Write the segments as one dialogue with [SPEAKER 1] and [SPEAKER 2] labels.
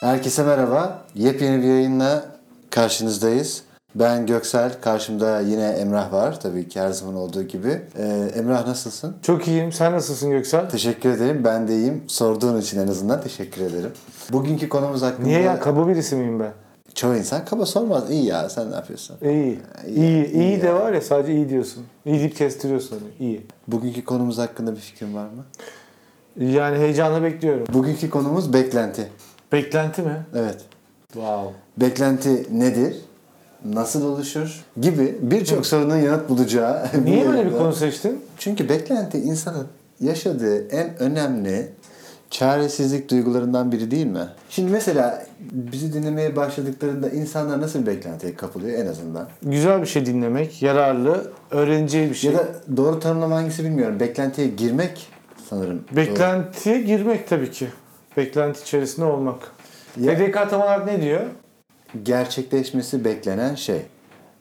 [SPEAKER 1] Herkese merhaba. Yepyeni bir yayınla karşınızdayız. Ben Göksel, karşımda yine Emrah var tabii ki her zaman olduğu gibi. Ee, Emrah nasılsın?
[SPEAKER 2] Çok iyiyim. Sen nasılsın Göksel?
[SPEAKER 1] Teşekkür ederim. Ben de iyiyim. Sorduğun için en azından teşekkür ederim. Bugünkü konumuz hakkında
[SPEAKER 2] Niye ya? Kaba birisi miyim ben?
[SPEAKER 1] çoğu insan kaba sormaz. İyi ya sen ne yapıyorsun?
[SPEAKER 2] İyi. İyi. İyi, de var ya sadece iyi diyorsun. İyi deyip kestiriyorsun. hani, İyi.
[SPEAKER 1] Bugünkü konumuz hakkında bir fikrin var mı?
[SPEAKER 2] Yani heyecanla bekliyorum.
[SPEAKER 1] Bugünkü konumuz beklenti.
[SPEAKER 2] Beklenti mi?
[SPEAKER 1] Evet.
[SPEAKER 2] Wow.
[SPEAKER 1] Beklenti nedir? Nasıl oluşur? Gibi birçok sorunun yanıt bulacağı. bir
[SPEAKER 2] Niye böyle bir
[SPEAKER 1] yayında-
[SPEAKER 2] konu seçtin?
[SPEAKER 1] Çünkü beklenti insanın yaşadığı en önemli çaresizlik duygularından biri değil mi? Şimdi mesela bizi dinlemeye başladıklarında insanlar nasıl bir beklentiye kapılıyor en azından?
[SPEAKER 2] Güzel bir şey dinlemek, yararlı, öğreneceği bir şey.
[SPEAKER 1] Ya da doğru tanımlama hangisi bilmiyorum. Beklentiye girmek sanırım. doğru.
[SPEAKER 2] Beklentiye girmek tabii ki. Beklenti içerisinde olmak.
[SPEAKER 1] Ya-
[SPEAKER 2] HDK tam olarak ne diyor?
[SPEAKER 1] Gerçekleşmesi beklenen şey.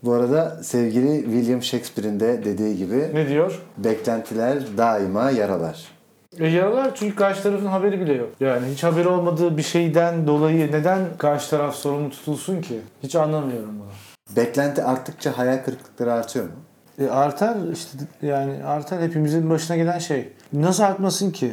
[SPEAKER 1] Bu arada sevgili William Shakespeare'in de dediği gibi
[SPEAKER 2] Ne diyor?
[SPEAKER 1] beklentiler daima yaralar.
[SPEAKER 2] E yaralar çünkü karşı tarafın haberi bile yok. Yani hiç haberi olmadığı bir şeyden dolayı neden karşı taraf sorumlu tutulsun ki? Hiç anlamıyorum bunu.
[SPEAKER 1] Beklenti arttıkça hayal kırıklıkları artıyor mu?
[SPEAKER 2] E artar işte yani artar hepimizin başına gelen şey. Nasıl artmasın ki?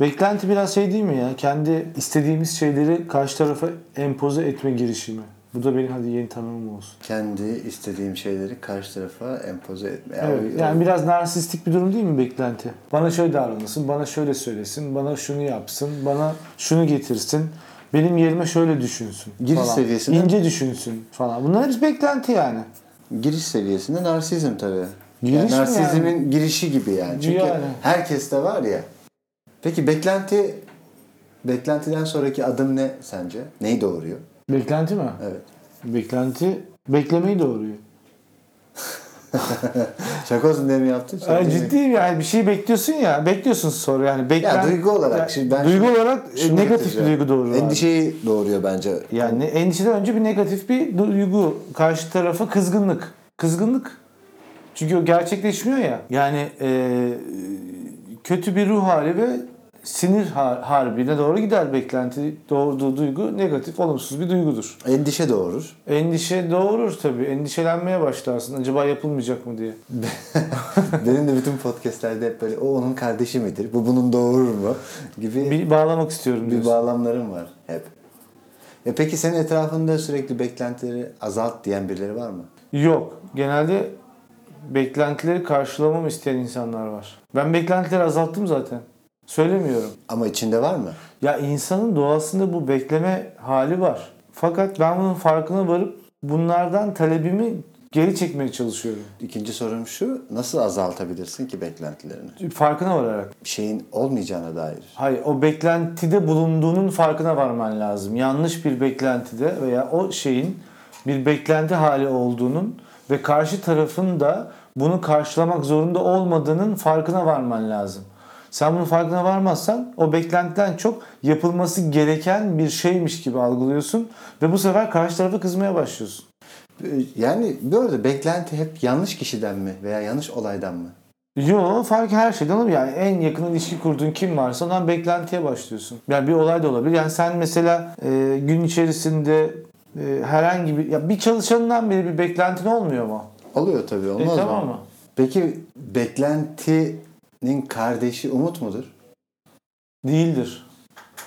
[SPEAKER 2] Beklenti biraz şey değil mi ya? Kendi istediğimiz şeyleri karşı tarafa empoze etme girişimi. Bu da benim hadi yeni tanımım olsun.
[SPEAKER 1] Kendi istediğim şeyleri karşı tarafa empoze etme. Yani
[SPEAKER 2] Evet, yani biraz narsistik bir durum değil mi beklenti? Bana şöyle davranılsın, bana şöyle söylesin, bana şunu yapsın, bana şunu getirsin, benim yerime şöyle düşünsün
[SPEAKER 1] Giriş
[SPEAKER 2] falan.
[SPEAKER 1] seviyesinde-
[SPEAKER 2] İnce düşünsün falan. Bunlar hepsi beklenti yani.
[SPEAKER 1] Giriş seviyesinde narsizm tabii.
[SPEAKER 2] Giriş
[SPEAKER 1] yani
[SPEAKER 2] mi
[SPEAKER 1] narsizmin girişi gibi yani. Çünkü
[SPEAKER 2] Yani.
[SPEAKER 1] herkeste var ya. Peki beklenti beklentiden sonraki adım ne sence? Neyi doğuruyor?
[SPEAKER 2] Beklenti mi?
[SPEAKER 1] Evet.
[SPEAKER 2] Beklenti beklemeyi doğuruyor.
[SPEAKER 1] Şaka olsun diye mi yaptın? Şaka
[SPEAKER 2] Ay
[SPEAKER 1] değil mi?
[SPEAKER 2] ciddiyim yani bir şey bekliyorsun ya bekliyorsun sonra yani beklen...
[SPEAKER 1] Ya duygu olarak.
[SPEAKER 2] Ya,
[SPEAKER 1] şimdi ben
[SPEAKER 2] duygu
[SPEAKER 1] şunu-
[SPEAKER 2] olarak e,
[SPEAKER 1] şunu
[SPEAKER 2] negatif bir
[SPEAKER 1] getireceğim.
[SPEAKER 2] duygu doğurur. abi.
[SPEAKER 1] Endişeyi doğuruyor bence.
[SPEAKER 2] Yani endişeden önce bir negatif bir duygu karşı tarafa kızgınlık. Kızgınlık. Çünkü o gerçekleşmiyor ya. Yani e, kötü bir ruh hali ve sinir har- harbine doğru gider beklenti doğurduğu duygu negatif olumsuz bir duygudur.
[SPEAKER 1] Endişe doğurur.
[SPEAKER 2] Endişe doğurur tabii. Endişelenmeye başlarsın. Acaba yapılmayacak mı diye.
[SPEAKER 1] Benim de bütün podcastlerde hep böyle o onun kardeşi midir? Bu bunun doğurur mu? Gibi
[SPEAKER 2] Bir bağlamak istiyorum
[SPEAKER 1] bir
[SPEAKER 2] diyorsun.
[SPEAKER 1] bağlamlarım var hep. E peki senin etrafında sürekli beklentileri azalt diyen birileri var mı?
[SPEAKER 2] Yok. Genelde beklentileri karşılamamı isteyen insanlar var. Ben beklentileri azalttım zaten. Söylemiyorum.
[SPEAKER 1] Ama içinde var mı?
[SPEAKER 2] Ya insanın doğasında bu bekleme hali var. Fakat ben bunun farkına varıp bunlardan talebimi geri çekmeye çalışıyorum.
[SPEAKER 1] İkinci sorum şu. Nasıl azaltabilirsin ki beklentilerini?
[SPEAKER 2] Farkına vararak.
[SPEAKER 1] Bir şeyin olmayacağına dair.
[SPEAKER 2] Hayır, o beklentide bulunduğunun farkına varman lazım. Yanlış bir beklentide veya o şeyin bir beklenti hali olduğunun ve karşı tarafın da bunu karşılamak zorunda olmadığının farkına varman lazım. Sen bunun farkına varmazsan o beklentiden çok yapılması gereken bir şeymiş gibi algılıyorsun ve bu sefer karşı tarafa kızmaya başlıyorsun.
[SPEAKER 1] E, Yani böyle beklenti hep yanlış kişiden mi veya yanlış olaydan mı?
[SPEAKER 2] Yo fark her şeyden olur. Yani en yakın ilişki kurduğun kim varsa ondan beklentiye başlıyorsun. Yani bir olay da olabilir. Yani sen mesela e, gün içerisinde e, herhangi bir ya bir çalışanından bile bir beklentin olmuyor mu?
[SPEAKER 1] Oluyor tabii
[SPEAKER 2] E,
[SPEAKER 1] olmaz
[SPEAKER 2] tamam
[SPEAKER 1] mı?
[SPEAKER 2] mı?
[SPEAKER 1] Peki beklentinin kardeşi umut mudur?
[SPEAKER 2] Değildir.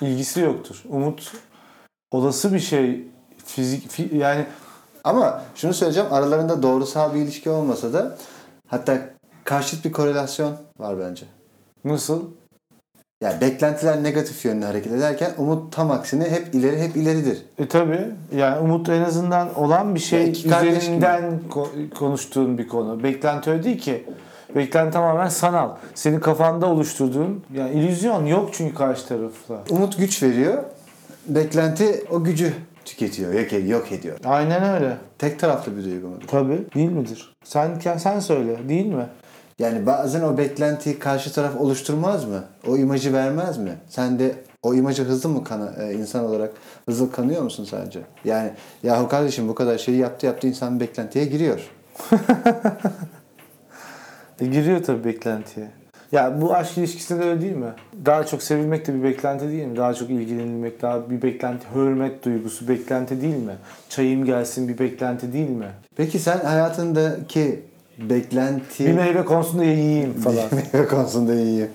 [SPEAKER 2] İlgisi yoktur. Umut olası bir şey fizik fi- yani
[SPEAKER 1] Ama şunu söyleyeceğim aralarında doğrusal bir ilişki olmasa da hatta karşıt bir korelasyon var bence.
[SPEAKER 2] nasıl?
[SPEAKER 1] Yani beklentiler negatif yönlü hareket ederken umut tam aksine hep ileri hep ileridir.
[SPEAKER 2] E tabi yani umut en azından olan bir
[SPEAKER 1] Ya
[SPEAKER 2] şey
[SPEAKER 1] iki kardeş gibi.
[SPEAKER 2] üzerinden ko- konuştuğun bir konu. Beklenti öyle değil ki. Beklenti tamamen sanal. Senin kafanda oluşturduğun yani illüzyon yok çünkü karşı tarafla.
[SPEAKER 1] Umut güç veriyor. Beklenti o gücü tüketiyor, yok, e-, yok ediyor.
[SPEAKER 2] Aynen öyle.
[SPEAKER 1] Tek taraflı bir duygu mudur?
[SPEAKER 2] Tabi değil midir? Sen sen söyle değil mi?
[SPEAKER 1] Yani bazen o beklentiyi karşı taraf oluşturmaz mı? O imajı vermez mi? Sen de o imajı hızlı mı kana, e, insan olarak hızlı kanıyor musun sence? Yani yahu kardeşim bu kadar şeyi yaptı yaptı insan bir beklentiye giriyor.
[SPEAKER 2] E, giriyor tabi beklentiye. Ya bu aşk ilişkisinde de öyle değil mi? Daha çok sevilmek de bir beklenti değil mi? Daha çok ilgilenilmek, daha bir beklenti, hürmet duygusu beklenti değil mi? Çayım gelsin bir beklenti değil mi?
[SPEAKER 1] Peki sen hayatındaki
[SPEAKER 2] Bir
[SPEAKER 1] beklenti
[SPEAKER 2] meyve konusunda yiyeyim falan.
[SPEAKER 1] konusunda iyi.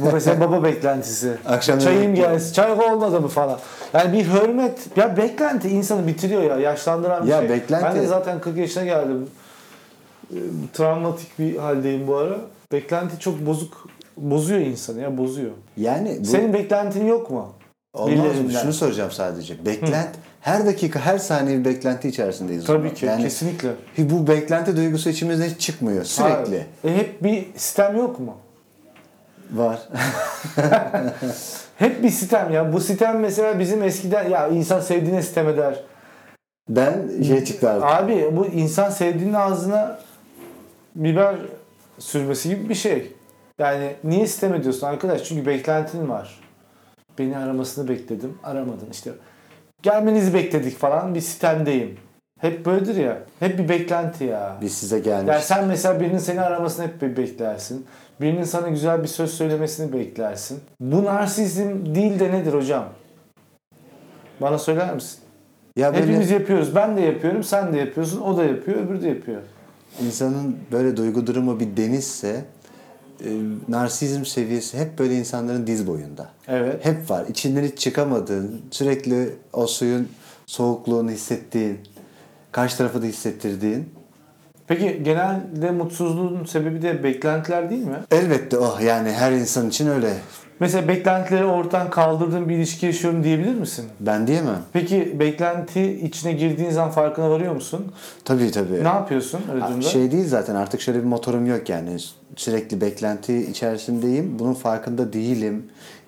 [SPEAKER 2] Bu mesela baba beklentisi.
[SPEAKER 1] Akşam
[SPEAKER 2] Çayım
[SPEAKER 1] yemek
[SPEAKER 2] gelsin, çay olmadı mı falan. Yani bir hürmet, ya beklenti insanı bitiriyor ya, yaşlandıran bir
[SPEAKER 1] Ya
[SPEAKER 2] şey.
[SPEAKER 1] beklenti-
[SPEAKER 2] Ben de zaten 40 yaşına geldim. Ee, Travmatik bir haldeyim bu ara. Beklenti çok bozuk, bozuyor insanı ya, bozuyor.
[SPEAKER 1] Yani bu
[SPEAKER 2] Senin beklentin yok mu?
[SPEAKER 1] olmaz mı?
[SPEAKER 2] birilerinden.
[SPEAKER 1] Şunu soracağım sadece. Beklent her dakika her saniye bir beklenti içerisindeyiz. o
[SPEAKER 2] Tabii
[SPEAKER 1] zaman.
[SPEAKER 2] ki,
[SPEAKER 1] Yani
[SPEAKER 2] kesinlikle.
[SPEAKER 1] bu beklenti duygusu içimizden hiç çıkmıyor. Sürekli
[SPEAKER 2] Hayır. E, hep bir sistem yok mu?
[SPEAKER 1] var.
[SPEAKER 2] Hep bir sistem ya. Bu sistem mesela bizim eskiden ya insan sevdiğine sistem eder.
[SPEAKER 1] ben şey çıktı artık.
[SPEAKER 2] Abi bu insan sevdiğinin ağzına biber sürmesi gibi bir şey. Yani niye istem ediyorsun arkadaş? Çünkü beklentin var. Beni aramasını bekledim. Aramadın işte. Gelmenizi bekledik falan bir sistemdeyim. Hep böyledir ya. Hep bir beklenti ya.
[SPEAKER 1] Biz size gelmiş.
[SPEAKER 2] Yani sen mesela birinin seni aramasını hep bir beklersin. Birinin sana güzel bir söz söylemesini beklersin. Bu narsizm değil de nedir hocam? Bana söyler misin?
[SPEAKER 1] Ya böyle
[SPEAKER 2] Hepimiz yapıyoruz. Ben de yapıyorum, sen de yapıyorsun, o da yapıyor, öbürü de yapıyor.
[SPEAKER 1] insanın böyle duygu durumu bir denizse e, narsizm seviyesi hep böyle insanların diz boyunda.
[SPEAKER 2] Evet.
[SPEAKER 1] Hep var. İçinden hiç çıkamadığın, sürekli o suyun soğukluğunu hissettiğin, karşı tarafı da hissettirdiğin.
[SPEAKER 2] Peki genelde mutsuzluğun sebebi de beklentiler değil mi?
[SPEAKER 1] Elbette oh yani her insan için öyle.
[SPEAKER 2] Mesela beklentileri ortadan kaldırdığın bir ilişki yaşıyorum diyebilir misin?
[SPEAKER 1] Ben diyemem.
[SPEAKER 2] Peki beklenti içine girdiğin zaman farkına varıyor musun?
[SPEAKER 1] Tabii tabii.
[SPEAKER 2] Ne yapıyorsun öyle durumda?
[SPEAKER 1] Şey değil zaten artık şöyle bir motorum yok yani. Sürekli beklenti içerisindeyim. Bunun farkında değilim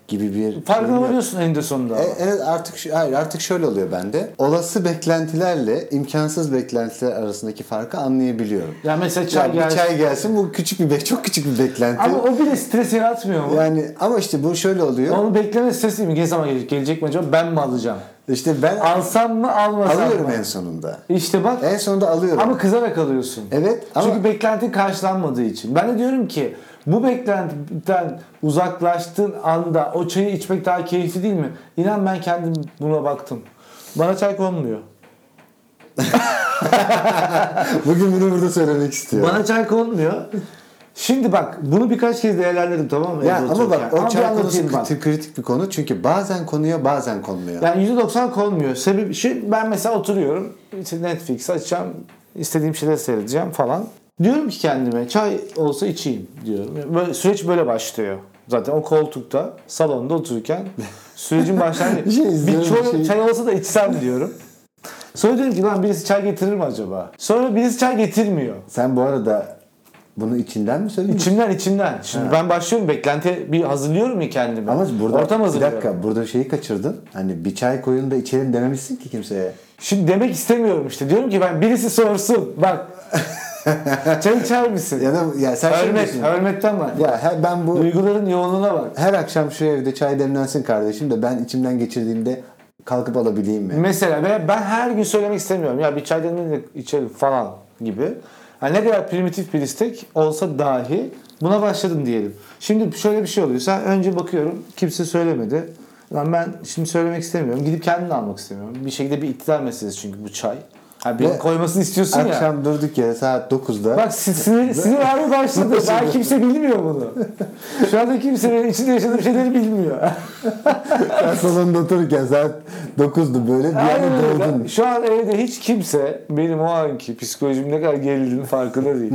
[SPEAKER 1] gibi bir...
[SPEAKER 2] Farkına
[SPEAKER 1] durum yok.
[SPEAKER 2] varıyorsun eninde sonunda.
[SPEAKER 1] şey, E- Evet artık ş- hayır artık şöyle oluyor bende. Olası beklentilerle imkansız beklentiler arasındaki farkı anlayabiliyorum.
[SPEAKER 2] yani mesela çay
[SPEAKER 1] Yani bir
[SPEAKER 2] gelsin.
[SPEAKER 1] çay gelsin bu küçük bir be- çok küçük bir beklenti.
[SPEAKER 2] Ama o bile stres yaratmıyor mu?
[SPEAKER 1] yani ama işte bu şöyle oluyor.
[SPEAKER 2] Onu bekleme stres değil mi? Ne zaman gelecek? Gelecek mi acaba? Ben mi alacağım?
[SPEAKER 1] İşte ben
[SPEAKER 2] Alsam mı almasam
[SPEAKER 1] alıyorum
[SPEAKER 2] mı?
[SPEAKER 1] en sonunda.
[SPEAKER 2] İşte bak
[SPEAKER 1] En sonunda alıyorum.
[SPEAKER 2] ama kızarak alıyorsun.
[SPEAKER 1] evet ama
[SPEAKER 2] Çünkü beklenti karşılanmadığı için. Ben de diyorum ki bu beklentiden uzaklaştığın anda o çayı içmek daha keyifli değil mi? İnan ben kendim buna baktım. Bana çay konmuyor.
[SPEAKER 1] bugün bunu burada söylemek istiyorum.
[SPEAKER 2] Bana çay konmuyor. Şimdi bak bunu birkaç kez değerlendirdim tamam mı?
[SPEAKER 1] Ya
[SPEAKER 2] evde
[SPEAKER 1] ama bak
[SPEAKER 2] otururken.
[SPEAKER 1] o
[SPEAKER 2] bir
[SPEAKER 1] çay konusu
[SPEAKER 2] anlatayım bak.
[SPEAKER 1] kriti- kritik bir konu çünkü bazen konuya bazen konmuyor.
[SPEAKER 2] Yani %90 konmuyor. Sebebi şu ben mesela oturuyorum işte Netflix açacağım istediğim şeyleri seyredeceğim falan. Diyorum ki kendime çay olsa içeyim diyorum. Böyle, süreç böyle başlıyor. Zaten o koltukta salonda otururken sürecin başlangıcı.
[SPEAKER 1] Bir şey izliyorum,
[SPEAKER 2] bir çoğu
[SPEAKER 1] bir şey-
[SPEAKER 2] çay olsa da içsem diyorum. Sonra diyorum ki lan birisi çay getirir mi acaba? Sonra birisi çay getirmiyor.
[SPEAKER 1] Sen bu arada bunu içinden mi söyledin?
[SPEAKER 2] İçimden içimden. Şimdi ben başlıyorum beklenti bir hazırlıyorum ya kendimi.
[SPEAKER 1] Ama burada
[SPEAKER 2] Ortam
[SPEAKER 1] bir
[SPEAKER 2] hazırlıyorum.
[SPEAKER 1] dakika burada şeyi kaçırdın. Hani bir çay koyun da içelim dememişsin ki kimseye.
[SPEAKER 2] Şimdi demek istemiyorum işte. Diyorum ki ben birisi sorsun. Bak. Çay içer misin?
[SPEAKER 1] Ya da ya sen şey
[SPEAKER 2] Hürmet.
[SPEAKER 1] diyorsun.
[SPEAKER 2] Hürmetten var.
[SPEAKER 1] Ya he- ben bu
[SPEAKER 2] Duyguların yoğunluğuna bak.
[SPEAKER 1] her akşam şu evde çay demlensin kardeşim de ben içimden geçirdiğimde kalkıp alabileyim mi?
[SPEAKER 2] Mesela ve ben her gün söylemek istemiyorum. Ya bir çay demleyin de içelim falan gibi. Yani ne kadar primitif bir istek olsa dahi buna başladım diyelim. Şimdi şöyle bir şey oluyor. Sen önce bakıyorum kimse söylemedi. Lan ben şimdi söylemek istemiyorum. Gidip kendini almak istemiyorum. Bir şekilde bir iktidar meselesi çünkü bu çay. Ha bir
[SPEAKER 1] Ve
[SPEAKER 2] koymasını istiyorsun ya.
[SPEAKER 1] Akşam durduk yere saat 9'da.
[SPEAKER 2] Bak si- sinir, sinir harbi başladı. Daha kimse bilmiyor bunu. Şu anda kimse benim içinde yaşadığım şeyleri bilmiyor.
[SPEAKER 1] ben salonda otururken saat 9'du böyle bir
[SPEAKER 2] Aynen
[SPEAKER 1] anda doldun.
[SPEAKER 2] öyle. Şu an evde hiç kimse benim o anki psikolojim ne kadar gerildiğinin farkında değil.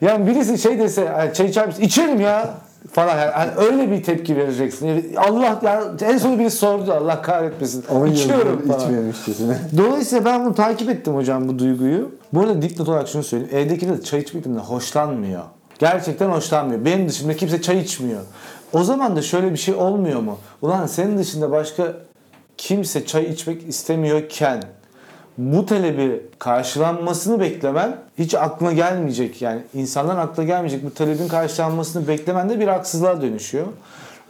[SPEAKER 2] Yani birisi şey dese "Ay, çay içer misin? İçerim ya falan. Yani, hani öyle bir tepki vereceksin. Yani Allah ya en son birisi sordu Allah kahretmesin.
[SPEAKER 1] 10
[SPEAKER 2] İçiyorum
[SPEAKER 1] yıldır
[SPEAKER 2] falan.
[SPEAKER 1] içmemişçesine.
[SPEAKER 2] Dolayısıyla ben bunu takip ettim hocam bu duyguyu. Bu arada dipnot olarak şunu söyleyeyim. Evdekiler de çay içmekten de hoşlanmıyor. Gerçekten hoşlanmıyor. Benim dışında kimse çay içmiyor. O zaman da şöyle bir şey olmuyor mu? Ulan senin dışında başka kimse çay içmek istemiyorken bu talebi karşılanmasını beklemen hiç aklına gelmeyecek. Yani insanların aklına gelmeyecek bu talebin karşılanmasını beklemen de bir haksızlığa dönüşüyor.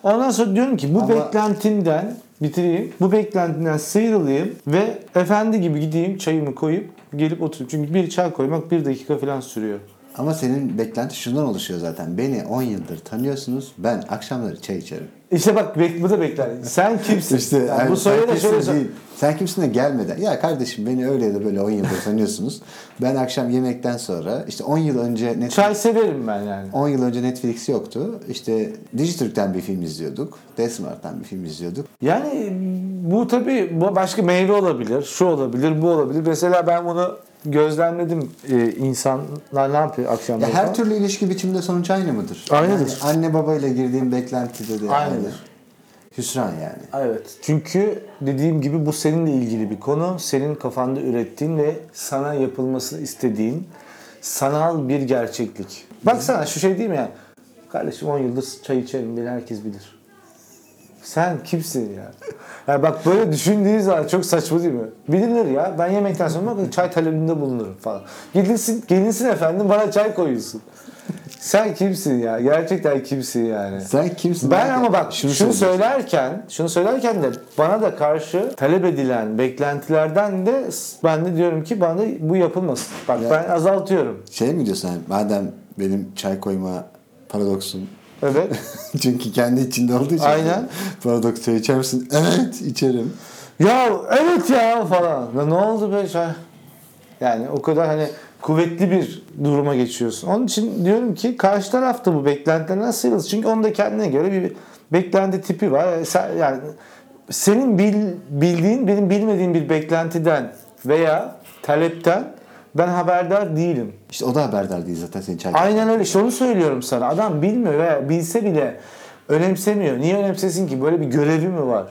[SPEAKER 2] Ondan sonra diyorum ki bu
[SPEAKER 1] Ama-
[SPEAKER 2] beklentimden bitireyim. Bu beklentinden sıyrılayım ve efendi gibi gideyim çayımı koyup gelip oturayım. Çünkü bir çay koymak bir dakika falan sürüyor.
[SPEAKER 1] Ama senin beklenti şundan oluşuyor zaten. Beni 10 yıldır tanıyorsunuz. Ben akşamları çay içerim.
[SPEAKER 2] İşte bak bek, bu da beklenti. Sen kimsin? Yani
[SPEAKER 1] yani
[SPEAKER 2] bu soruya da
[SPEAKER 1] sen
[SPEAKER 2] şöyle
[SPEAKER 1] kimsin
[SPEAKER 2] sor-
[SPEAKER 1] değil. Sen kimsin de gelmeden. Ya kardeşim beni öyle ya da böyle 10 yıldır tanıyorsunuz. Ben akşam yemekten sonra işte 10 yıl önce Netflix,
[SPEAKER 2] Çay severim ben yani.
[SPEAKER 1] 10 yıl önce Netflix yoktu. İşte Dijitürk'ten bir film izliyorduk. Desmart'tan bir film izliyorduk.
[SPEAKER 2] Yani bu tabii bu başka meyve olabilir, şu olabilir, bu olabilir. Mesela ben bunu gözlemledim Ee, insanlar ne yapıyor akşamları?
[SPEAKER 1] Ya her
[SPEAKER 2] falan?
[SPEAKER 1] türlü ilişki biçiminde sonuç aynı mıdır?
[SPEAKER 2] Aynıdır.
[SPEAKER 1] Yani anne babayla girdiğin beklentide de
[SPEAKER 2] Aynıdır.
[SPEAKER 1] aynı. Hüsran yani.
[SPEAKER 2] Evet. Çünkü dediğim gibi bu seninle ilgili bir konu. Senin kafanda ürettiğin ve sana yapılmasını istediğin sanal bir gerçeklik. Baksana şu şey değil mi yani? Kardeşim 10 yıldır çay içerim beni herkes bilir. Sen kimsin ya? Ya bak böyle düşündüğün zaman çok saçma değil mi? Bilinir ya. Ben yemekten sonra bakın çay talebinde bulunurum falan. Gelinsin, gelinsin efendim bana çay koyuyorsun. Sen kimsin ya? Gerçekten kimsin yani?
[SPEAKER 1] Sen kimsin?
[SPEAKER 2] Ben ama bak şunu,
[SPEAKER 1] söyleyeyim.
[SPEAKER 2] söylerken, şunu söylerken de bana da karşı talep edilen beklentilerden de s- ben de diyorum ki bana bu yapılmasın. Bak
[SPEAKER 1] Ya.
[SPEAKER 2] ben azaltıyorum.
[SPEAKER 1] Şey mi diyorsun hani madem benim çay koyma paradoksun
[SPEAKER 2] Evet.
[SPEAKER 1] Çünkü kendi içinde olduğu için.
[SPEAKER 2] Aynen.
[SPEAKER 1] Paradoks çay içer misin? Evet içerim.
[SPEAKER 2] ya evet ya falan. Ya ne oldu be şey? Yani o kadar hani kuvvetli bir duruma geçiyorsun. Onun için diyorum ki karşı tarafta bu beklentilerden sıyrılsın. Çünkü onun da kendine göre bir beklenti tipi var. Yani sen- Yani senin bil- bildiğin benim bilmediğim bir beklentiden veya talepten ben haberdar değilim.
[SPEAKER 1] İşte o da haberdar değil zaten senin çay.
[SPEAKER 2] Aynen öyle. İşte onu söylüyorum sana. Adam bilmiyor veya bilse bile önemsemiyor. Niye önemsesin ki? Böyle bir görevi mi var?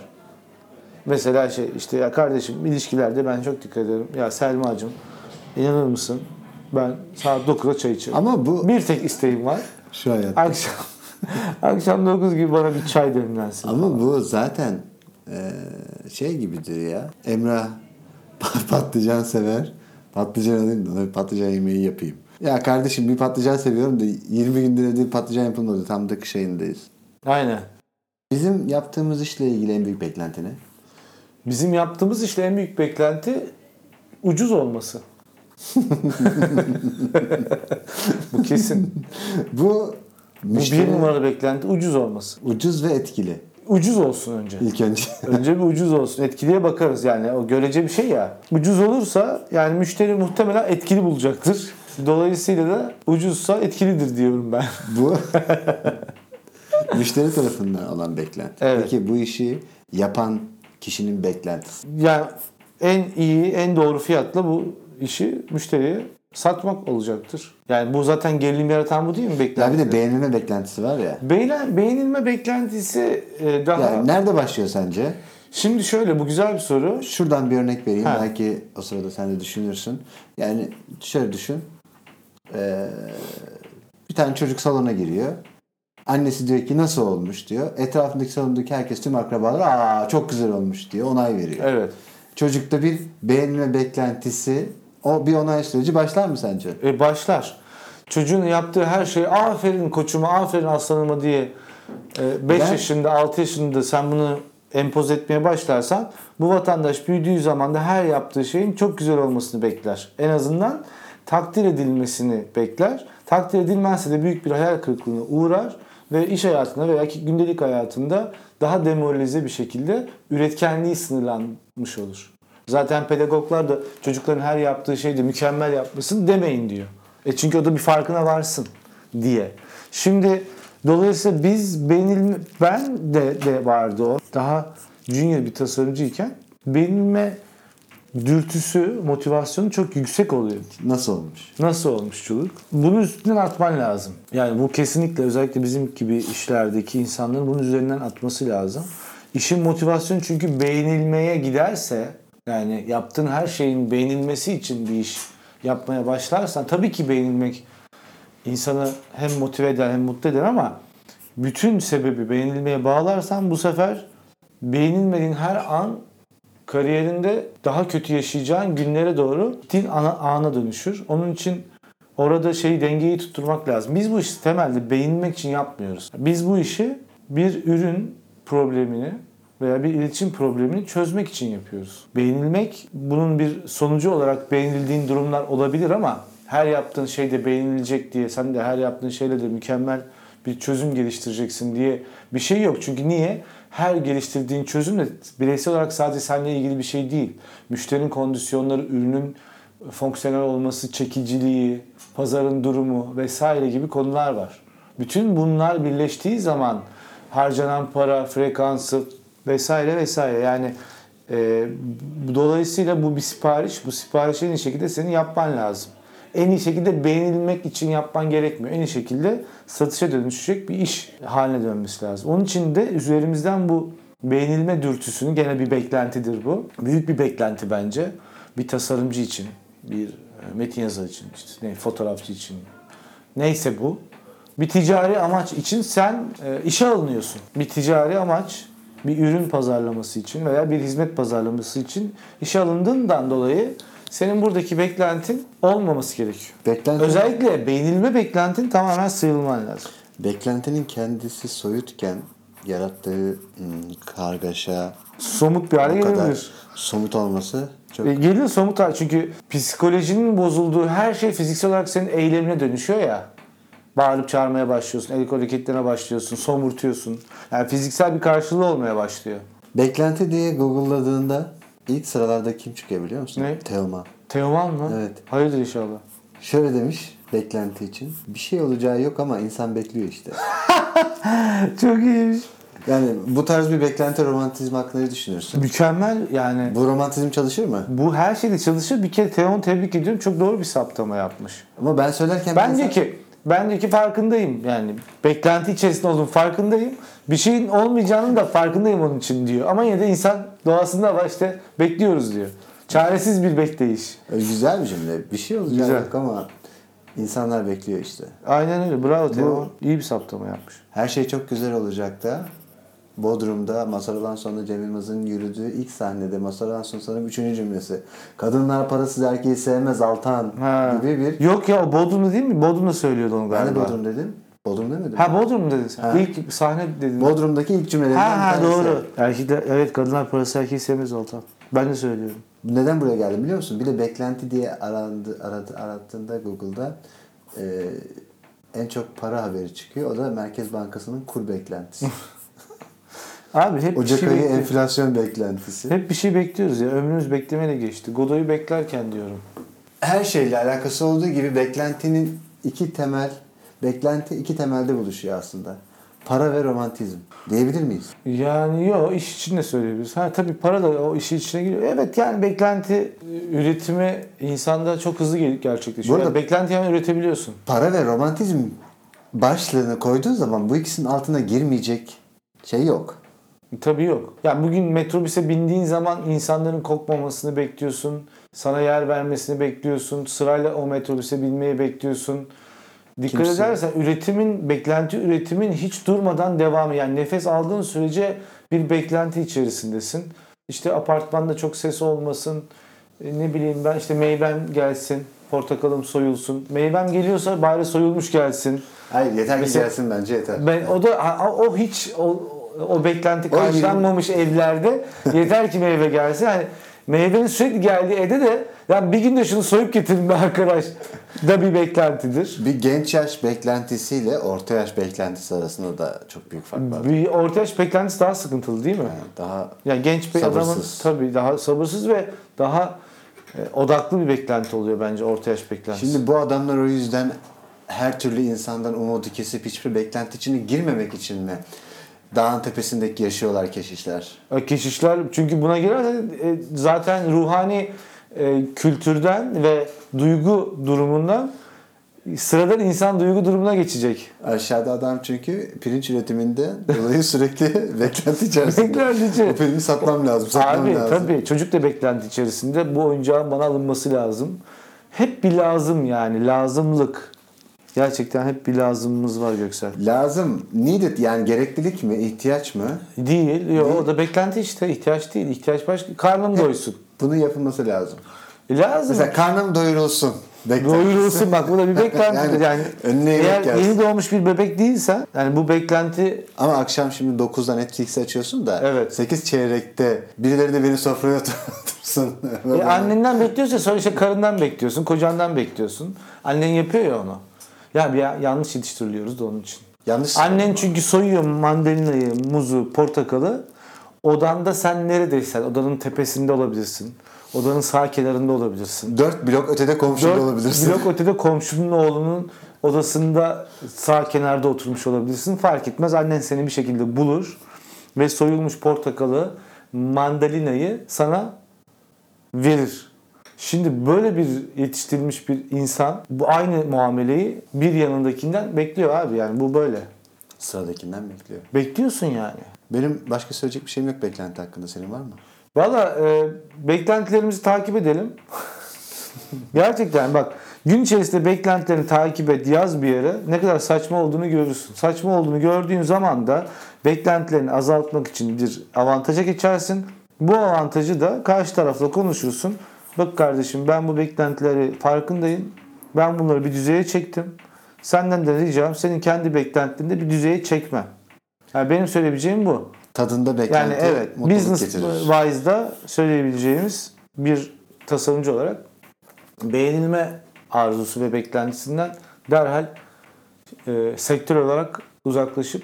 [SPEAKER 2] Mesela şey işte ya kardeşim ilişkilerde ben çok dikkat ederim. Ya Selma'cığım inanır mısın? Ben saat 9'da çay içerim.
[SPEAKER 1] Ama bu
[SPEAKER 2] bir tek isteğim var.
[SPEAKER 1] şu hayat.
[SPEAKER 2] Akşam akşam 9 gibi bana bir çay demlensin.
[SPEAKER 1] Ama bu zaten e, şey gibidir ya. Emrah pat- patlıcan sever. Patlıcan alayım da ona bir patlıcan yemeği yapayım. Ya kardeşim bir patlıcan seviyorum da 20 gündür evde bir patlıcan yapılmadı. Tam da şeyindeyiz.
[SPEAKER 2] Aynen.
[SPEAKER 1] Bizim yaptığımız işle ilgili en büyük beklenti ne?
[SPEAKER 2] Bizim yaptığımız işte en büyük beklenti ucuz olması. Bu kesin.
[SPEAKER 1] Bu
[SPEAKER 2] Bu
[SPEAKER 1] müşteri
[SPEAKER 2] bir numaralı beklenti ucuz olması.
[SPEAKER 1] ucuz ve etkili
[SPEAKER 2] Ucuz olsun önce.
[SPEAKER 1] ilk önce.
[SPEAKER 2] Önce bir ucuz olsun. Etkiliye bakarız yani. O görece bir şey ya. Ucuz olursa yani müşteri muhtemelen etkili bulacaktır. Dolayısıyla da ucuzsa etkilidir diyorum ben.
[SPEAKER 1] Bu müşteri tarafından olan beklenti.
[SPEAKER 2] Evet.
[SPEAKER 1] Peki bu işi yapan kişinin beklentisi.
[SPEAKER 2] Yani en iyi, en doğru fiyatla bu işi müşteriye satmak olacaktır. Yani bu zaten gerilim yaratan bu değil mi
[SPEAKER 1] Ya
[SPEAKER 2] beklenti?
[SPEAKER 1] bir de beğenilme beklentisi var ya.
[SPEAKER 2] Beğen- beğenilme beklentisi e, daha...
[SPEAKER 1] Yani nerede başlıyor sence?
[SPEAKER 2] Şimdi şöyle bu güzel bir soru.
[SPEAKER 1] Şuradan bir örnek vereyim.
[SPEAKER 2] Ha.
[SPEAKER 1] Belki o sırada sen de düşünürsün. Yani şöyle düşün. Ee, bir tane çocuk salona giriyor. Annesi diyor ki nasıl olmuş diyor. Etrafındaki salondaki herkes tüm akrabalar aa çok güzel olmuş diyor. Onay veriyor.
[SPEAKER 2] Evet.
[SPEAKER 1] Çocukta bir beğenme beklentisi o bir onay süreci başlar mı sence?
[SPEAKER 2] E, başlar. Çocuğun yaptığı her şey aferin koçuma, aferin aslanıma diye 5
[SPEAKER 1] Ben-
[SPEAKER 2] yaşında, 6 yaşında sen bunu empoze etmeye başlarsan bu vatandaş büyüdüğü zaman da her yaptığı şeyin çok güzel olmasını bekler. En azından takdir edilmesini bekler. Takdir edilmezse de büyük bir hayal kırıklığına uğrar ve iş hayatında veya ki gündelik hayatında daha demoralize bir şekilde üretkenliği sınırlanmış olur. Zaten pedagoglar da çocukların her yaptığı şeyde mükemmel yapmasın demeyin diyor. E çünkü o da bir farkına varsın diye. Şimdi dolayısıyla biz beğenilme, ben de, de vardı o. Daha junior bir tasarımcıyken beğenilme dürtüsü, motivasyonu çok yüksek oluyor.
[SPEAKER 1] Nasıl olmuş?
[SPEAKER 2] Nasıl olmuşçuluk? Bunun üstünden atman lazım. Yani bu kesinlikle özellikle bizim gibi işlerdeki insanların bunun üzerinden atması lazım. İşin motivasyonu çünkü beğenilmeye giderse yani yaptığın her şeyin beğenilmesi için bir iş yapmaya başlarsan tabii ki beğenilmek insanı hem motive eder hem mutlu eder ama bütün sebebi beğenilmeye bağlarsan bu sefer beğenilmediğin her an kariyerinde daha kötü yaşayacağın günlere doğru din ana, ana dönüşür. Onun için orada şeyi dengeyi tutturmak lazım. Biz bu işi temelde beğenmek için yapmıyoruz. Biz bu işi bir ürün problemini veya bir iletişim problemini çözmek için yapıyoruz. Beğenilmek bunun bir sonucu olarak beğenildiğin durumlar olabilir ama her yaptığın şey de beğenilecek diye sen de her yaptığın şeyle de mükemmel bir çözüm geliştireceksin diye bir şey yok. Çünkü niye? Her geliştirdiğin çözüm de bireysel olarak sadece seninle ilgili bir şey değil. Müşterinin kondisyonları, ürünün fonksiyonel olması, çekiciliği, pazarın durumu vesaire gibi konular var. Bütün bunlar birleştiği zaman harcanan para, frekansı vesaire vesaire yani e, bu- dolayısıyla bu bir sipariş. Bu siparişi en iyi şekilde senin yapman lazım. En iyi şekilde beğenilmek için yapman gerekmiyor. En iyi şekilde satışa dönüşecek bir iş haline dönmesi lazım. Onun için de üzerimizden bu beğenilme dürtüsünü gene bir beklentidir bu. Büyük bir beklenti bence. Bir tasarımcı için, bir e, metin yazarı için, işte ne fotoğrafçı için. Neyse bu. Bir ticari amaç için sen e, işe alınıyorsun. Bir ticari amaç bir ürün pazarlaması için veya bir hizmet pazarlaması için işe alındığından dolayı senin buradaki beklentin olmaması gerekiyor.
[SPEAKER 1] Beklenti,
[SPEAKER 2] Özellikle beğenilme beklentin tamamen sıyrılman lazım.
[SPEAKER 1] beklentinin kendisi soyutken yarattığı hmm, kargaşa
[SPEAKER 2] Somut bir hale
[SPEAKER 1] bu
[SPEAKER 2] gelebilir.
[SPEAKER 1] kadar somut olması çok
[SPEAKER 2] E, gelir somut hal. Çünkü psikolojinin bozulduğu her şey fiziksel olarak senin eylemine dönüşüyor ya. Bağırıp çağırmaya başlıyorsun, el kol hareketlerine başlıyorsun, somurtuyorsun. Yani fiziksel bir karşılığı olmaya başlıyor.
[SPEAKER 1] Beklenti diye Google'ladığında ilk sıralarda kim çıkıyor biliyor musun?
[SPEAKER 2] Ne?
[SPEAKER 1] Teoman.
[SPEAKER 2] Teoman mı?
[SPEAKER 1] Evet.
[SPEAKER 2] Hayırdır inşallah.
[SPEAKER 1] Şöyle demiş beklenti için. Bir şey olacağı yok ama insan bekliyor işte.
[SPEAKER 2] Çok iyi.
[SPEAKER 1] Yani bu tarz bir beklenti romantizm hakkında ne düşünürsün?
[SPEAKER 2] Mükemmel yani.
[SPEAKER 1] Bu romantizm çalışır mı?
[SPEAKER 2] Bu her şeyde çalışır. Bir kere Teoman'ı tebrik ediyorum. Çok doğru bir saptama yapmış.
[SPEAKER 1] Ama ben söylerken bir
[SPEAKER 2] Bence
[SPEAKER 1] insan-
[SPEAKER 2] ki bence ki farkındayım yani beklenti içerisinde olduğum farkındayım. Bir şeyin olmayacağının da farkındayım onun için diyor. Ama yine de insan doğasında var işte bekliyoruz diyor. Çaresiz bir bekleyiş.
[SPEAKER 1] E, Güzel bir cümle. Bir şey olacağı
[SPEAKER 2] Güzel.
[SPEAKER 1] yok ama insanlar bekliyor işte.
[SPEAKER 2] Aynen öyle. Bravo Teo. İyi bir saptama yapmış.
[SPEAKER 1] Her şey çok güzel olacak da Bodrum'da Masarulan sonra Cem Yılmaz'ın yürüdüğü ilk sahnede Masarulan Sonra'nın üçüncü cümlesi. Kadınlar parasız erkeği sevmez Altan
[SPEAKER 2] Ha.
[SPEAKER 1] gibi bir.
[SPEAKER 2] Yok ya o Bodrum'da değil mi? Bodrum'da söylüyordu onu
[SPEAKER 1] Ben de
[SPEAKER 2] galiba.
[SPEAKER 1] Bodrum dedim. Bodrum demedim.
[SPEAKER 2] Ha Bodrum dedin sen.
[SPEAKER 1] Ha.
[SPEAKER 2] İlk sahne dedin.
[SPEAKER 1] Bodrum'daki ilk cümlelerinden
[SPEAKER 2] ha ha
[SPEAKER 1] bir tanesi.
[SPEAKER 2] doğru. Erkekler, evet kadınlar parası erkeği sevmez Altan. Ben de söylüyorum.
[SPEAKER 1] Neden buraya geldim biliyor musun? Bir de beklenti diye arandı, aradı, arattığında Google'da e, en çok para haberi çıkıyor. O da Merkez Bankası'nın kur beklentisi.
[SPEAKER 2] Abi hep bir
[SPEAKER 1] Ocak
[SPEAKER 2] şey
[SPEAKER 1] ayı
[SPEAKER 2] bekliyorum.
[SPEAKER 1] enflasyon beklentisi.
[SPEAKER 2] Hep bir şey bekliyoruz ya. Ömrümüz beklemeyle geçti. Godoy'u beklerken diyorum.
[SPEAKER 1] Her şeyle alakası olduğu gibi beklentinin iki temel, beklenti iki temelde buluşuyor aslında. Para ve romantizm diyebilir miyiz?
[SPEAKER 2] Yani yo iş için de söyleyebiliriz. Ha tabii para da o işin içine giriyor. Evet yani beklenti e, üretimi insanda çok hızlı gel- gerçekleşiyor.
[SPEAKER 1] Bu arada-
[SPEAKER 2] Yani beklenti hemen üretebiliyorsun.
[SPEAKER 1] Para ve romantizm başlığını koyduğun zaman bu ikisinin altına girmeyecek şey yok.
[SPEAKER 2] Tabii yok. Yani bugün metrobüse bindiğin zaman insanların kokmamasını bekliyorsun. Sana yer vermesini bekliyorsun. Sırayla o metrobüse binmeyi bekliyorsun. Dikkat
[SPEAKER 1] Kimse-
[SPEAKER 2] edersen üretimin, beklenti üretimin hiç durmadan devamı. Yani nefes aldığın sürece bir beklenti içerisindesin. İşte apartmanda çok ses olmasın. E, Ne bileyim ben işte meyvem gelsin. Portakalım soyulsun. Meyvem geliyorsa bari soyulmuş gelsin.
[SPEAKER 1] Hayır yeter ki
[SPEAKER 2] Mesela-
[SPEAKER 1] gelsin bence yeter.
[SPEAKER 2] Ben o da ha- o hiç o, o beklenti
[SPEAKER 1] O yirmi-
[SPEAKER 2] karşılanmamış evlerde yeter ki meyve gelsin. Yani meyvenin sürekli geldiği evde de ya bir gün de şunu soyup getirin be arkadaş da bir beklentidir.
[SPEAKER 1] Bir genç yaş beklentisiyle orta yaş beklentisi arasında da çok büyük fark var.
[SPEAKER 2] Bir orta yaş beklentisi daha sıkıntılı değil mi?
[SPEAKER 1] Daha
[SPEAKER 2] Yani genç bir adamın
[SPEAKER 1] Sabırsız.
[SPEAKER 2] tabii daha sabırsız ve daha e, odaklı bir beklenti oluyor bence orta yaş beklentisi.
[SPEAKER 1] şimdi bu adamlar o yüzden her türlü insandan umudu kesip hiçbir beklenti içine girmemek için mi dağın tepesindeki yaşıyorlar keşişler?
[SPEAKER 2] E, Keşişler çünkü buna girerse e, zaten ruhani e, kültürden ve duygu durumundan sıradan insan duygu durumuna geçecek.
[SPEAKER 1] Aşağıda adam çünkü pirinç üretiminde dolayı sürekli beklenti içerisinde.
[SPEAKER 2] Beklenti
[SPEAKER 1] O
[SPEAKER 2] içi.
[SPEAKER 1] pirinci satmam lazım, satmam
[SPEAKER 2] Abi
[SPEAKER 1] lazım.
[SPEAKER 2] tabii çocuk da beklenti içerisinde bu oyuncağın bana alınması lazım. Hep bir lazım yani lazımlık. Gerçekten hep bir lazımımız var Göksel.
[SPEAKER 1] Lazım, needed yani gereklilik mi, ihtiyaç mı?
[SPEAKER 2] Değil. Yok o da beklenti işte ihtiyaç değil. İhtiyaç başka. Karnım doysun.
[SPEAKER 1] Bunun yapılması lazım.
[SPEAKER 2] E, lazım.
[SPEAKER 1] Mesela karnım doyurulsun. beklentisi.
[SPEAKER 2] Doyurulsun bak bu da bir beklenti.
[SPEAKER 1] Yani
[SPEAKER 2] yani,
[SPEAKER 1] önüne yemek
[SPEAKER 2] eğer
[SPEAKER 1] gelsin.
[SPEAKER 2] yeni doğmuş bir bebek değilsen yani bu beklenti e,
[SPEAKER 1] Ama akşam şimdi 9'da Netflix'i açıyorsun da
[SPEAKER 2] Evet.
[SPEAKER 1] 8 çeyrekte birileri de beni sofraya oturtur. yapsın.
[SPEAKER 2] E, annenden bekliyorsa sonra işte karından bekliyorsun, kocandan bekliyorsun. Annen yapıyor ya onu. Ya bir ya- yanlış yetiştiriliyoruz da onun için.
[SPEAKER 1] Yanlış.
[SPEAKER 2] Annen çünkü soyuyor mandalinayı, muzu, portakalı. Odanda sen neredeysen, odanın tepesinde olabilirsin. Odanın sağ kenarında olabilirsin.
[SPEAKER 1] Dört blok ötede komşu
[SPEAKER 2] Dört
[SPEAKER 1] olabilirsin.
[SPEAKER 2] blok ötede komşunun oğlunun odasında sağ kenarda oturmuş olabilirsin. Fark etmez annen seni bir şekilde bulur ve soyulmuş portakalı, mandalinayı sana verir. Şimdi böyle bir yetiştirilmiş bir insan bu aynı muameleyi bir yanındakinden bekliyor abi yani bu böyle.
[SPEAKER 1] Sıradakinden bekliyor.
[SPEAKER 2] Bekliyorsun yani.
[SPEAKER 1] Benim başka söyleyecek bir şeyim yok beklenti hakkında. Senin var mı?
[SPEAKER 2] Valla e, beklentilerimizi takip edelim. Gerçekten bak gün içerisinde beklentilerini takip et yaz bir yere ne kadar saçma olduğunu görürsün. Saçma olduğunu gördüğün zaman da beklentilerini azaltmak için bir avantaja geçersin. Bu avantajı da karşı tarafla konuşursun. Bak kardeşim ben bu beklentileri farkındayım. Ben bunları bir düzeye çektim. Senden de ricam senin kendi beklentilerini de bir düzeye çekme. Yani benim söyleyebileceğim bu.
[SPEAKER 1] Tadında beklenti
[SPEAKER 2] Yani evet,
[SPEAKER 1] mutluluk
[SPEAKER 2] business
[SPEAKER 1] getirir.
[SPEAKER 2] wise'da söyleyebileceğimiz bir tasarımcı olarak beğenilme arzusu ve beklentisinden derhal e, sektör olarak uzaklaşıp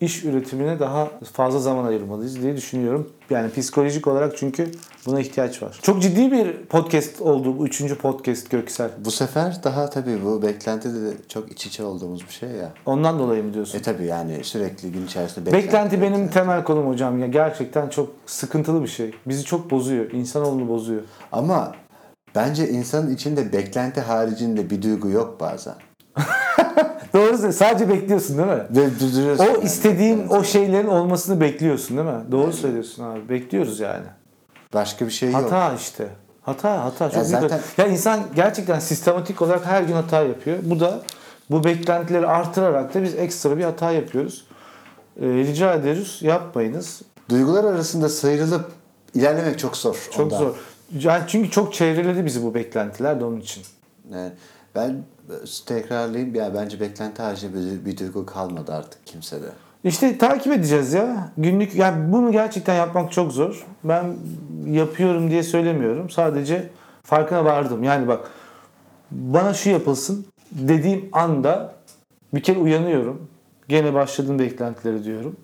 [SPEAKER 2] iş üretimine daha fazla zaman ayırmalıyız diye düşünüyorum. Yani psikolojik olarak çünkü buna ihtiyaç var. Çok ciddi bir podcast oldu bu üçüncü podcast Göksel.
[SPEAKER 1] Bu sefer daha tabii bu beklenti de çok iç içe olduğumuz bir şey ya.
[SPEAKER 2] Ondan dolayı mı diyorsun?
[SPEAKER 1] E tabii yani sürekli gün içerisinde beklenti.
[SPEAKER 2] Beklenti benim temel konum hocam ya gerçekten çok sıkıntılı bir şey. Bizi çok bozuyor, insanoğlunu bozuyor.
[SPEAKER 1] Ama bence insanın içinde beklenti haricinde bir duygu yok bazen.
[SPEAKER 2] Doğru sadece bekliyorsun değil mi?
[SPEAKER 1] Ve duruyorsun.
[SPEAKER 2] O
[SPEAKER 1] yani.
[SPEAKER 2] istediğin o şeylerin olmasını bekliyorsun değil mi? Doğru söylüyorsun abi. Bekliyoruz yani.
[SPEAKER 1] Başka bir şey yok.
[SPEAKER 2] Hata işte. Hata hata çok
[SPEAKER 1] Ya
[SPEAKER 2] ya
[SPEAKER 1] zaten-
[SPEAKER 2] Ya insan gerçekten sistematik olarak her gün hata yapıyor. Bu da bu beklentileri artırarak da biz ekstra bir hata yapıyoruz. Ee, rica ederiz yapmayınız.
[SPEAKER 1] Duygular arasında sıyrılıp ilerlemek çok zor.
[SPEAKER 2] Çok
[SPEAKER 1] ondan.
[SPEAKER 2] zor. Yani çünkü çok çevreledi bizi bu beklentiler de onun için.
[SPEAKER 1] Yani ben e, tekrarlayayım ya bence beklenti haricinde bir, bir duygu kalmadı artık kimsede.
[SPEAKER 2] İşte takip edeceğiz ya. Günlük yani bunu gerçekten yapmak çok zor. Ben yapıyorum diye söylemiyorum. Sadece farkına vardım. Yani bak bana şu yapılsın dediğim anda bir kere uyanıyorum. Gene başladığım beklentileri diyorum.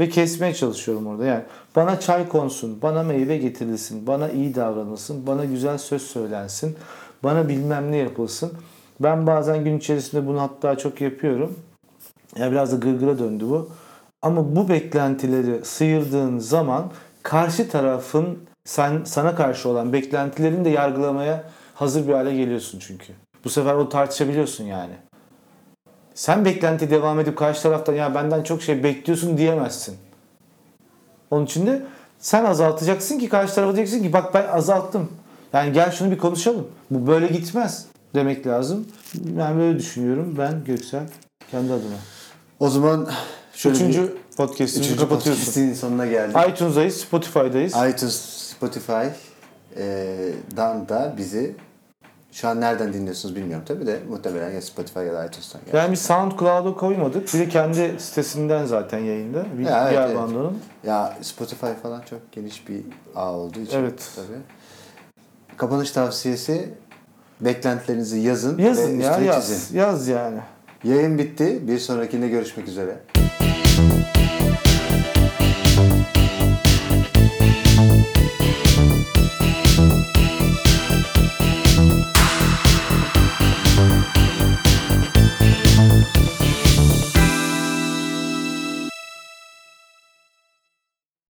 [SPEAKER 2] Ve kesmeye çalışıyorum orada. Yani bana çay konsun, bana meyve getirilsin, bana iyi davranılsın, bana güzel söz söylensin, bana bilmem ne yapılsın. Ben bazen gün içerisinde bunu hatta çok yapıyorum. Ya biraz da gırgıra döndü bu. Ama bu beklentileri sıyırdığın zaman karşı tarafın sen sana karşı olan beklentilerini de yargılamaya hazır bir hale geliyorsun çünkü. Bu sefer o tartışabiliyorsun yani. Sen beklenti devam edip karşı taraftan ya benden çok şey bekliyorsun diyemezsin. Onun için de sen azaltacaksın ki karşı tarafa diyeceksin ki bak ben azalttım. Yani gel şunu bir konuşalım. Bu böyle gitmez demek lazım. Ben böyle düşünüyorum. Ben Göksel kendi adıma.
[SPEAKER 1] O zaman şöyle bir,
[SPEAKER 2] Üçüncü podcast'imizi
[SPEAKER 1] üçüncü
[SPEAKER 2] kapatıyorsun.
[SPEAKER 1] podcast'in sonuna geldik.
[SPEAKER 2] iTunes'dayız, Spotify'dayız.
[SPEAKER 1] iTunes, Spotify'dan da bizi şu an nereden dinliyorsunuz bilmiyorum tabii de muhtemelen ya Spotify ya da iTunes'tan geldi.
[SPEAKER 2] Yani bir SoundCloud'a koymadık. Bir de kendi sitesinden zaten yayında. Bir
[SPEAKER 1] Ya, evet,
[SPEAKER 2] diğer
[SPEAKER 1] evet.
[SPEAKER 2] bandonun.
[SPEAKER 1] Ya Spotify falan çok geniş bir ağ olduğu için
[SPEAKER 2] Evet.
[SPEAKER 1] tabii. Kapanış tavsiyesi beklentilerinizi yazın.
[SPEAKER 2] Yazın
[SPEAKER 1] ve
[SPEAKER 2] ya
[SPEAKER 1] üstüne
[SPEAKER 2] yaz.
[SPEAKER 1] çizin.
[SPEAKER 2] Yaz yani.
[SPEAKER 1] Yayın bitti. Bir sonrakinde görüşmek üzere.